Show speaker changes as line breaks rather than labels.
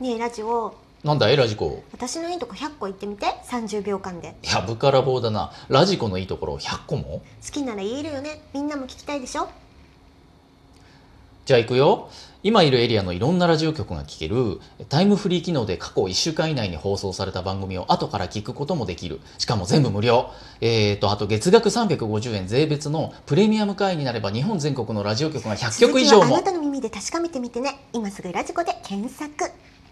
ねえラジオ
なんだいラジコ
私のいいとこ100個言ってみて30秒間で
いやぶから棒だなラジコのいいところ100個も
好きなら言えるよねみんなも聞きたいでしょ
じゃあ行くよ今いるエリアのいろんなラジオ局が聴けるタイムフリー機能で過去1週間以内に放送された番組を後から聞くこともできるしかも全部無料えーとあと月額350円税別のプレミアム会員になれば日本全国のラジオ局が100局以上
続きはあ
も
なたの耳で確かめてみてね今すぐラジコで検索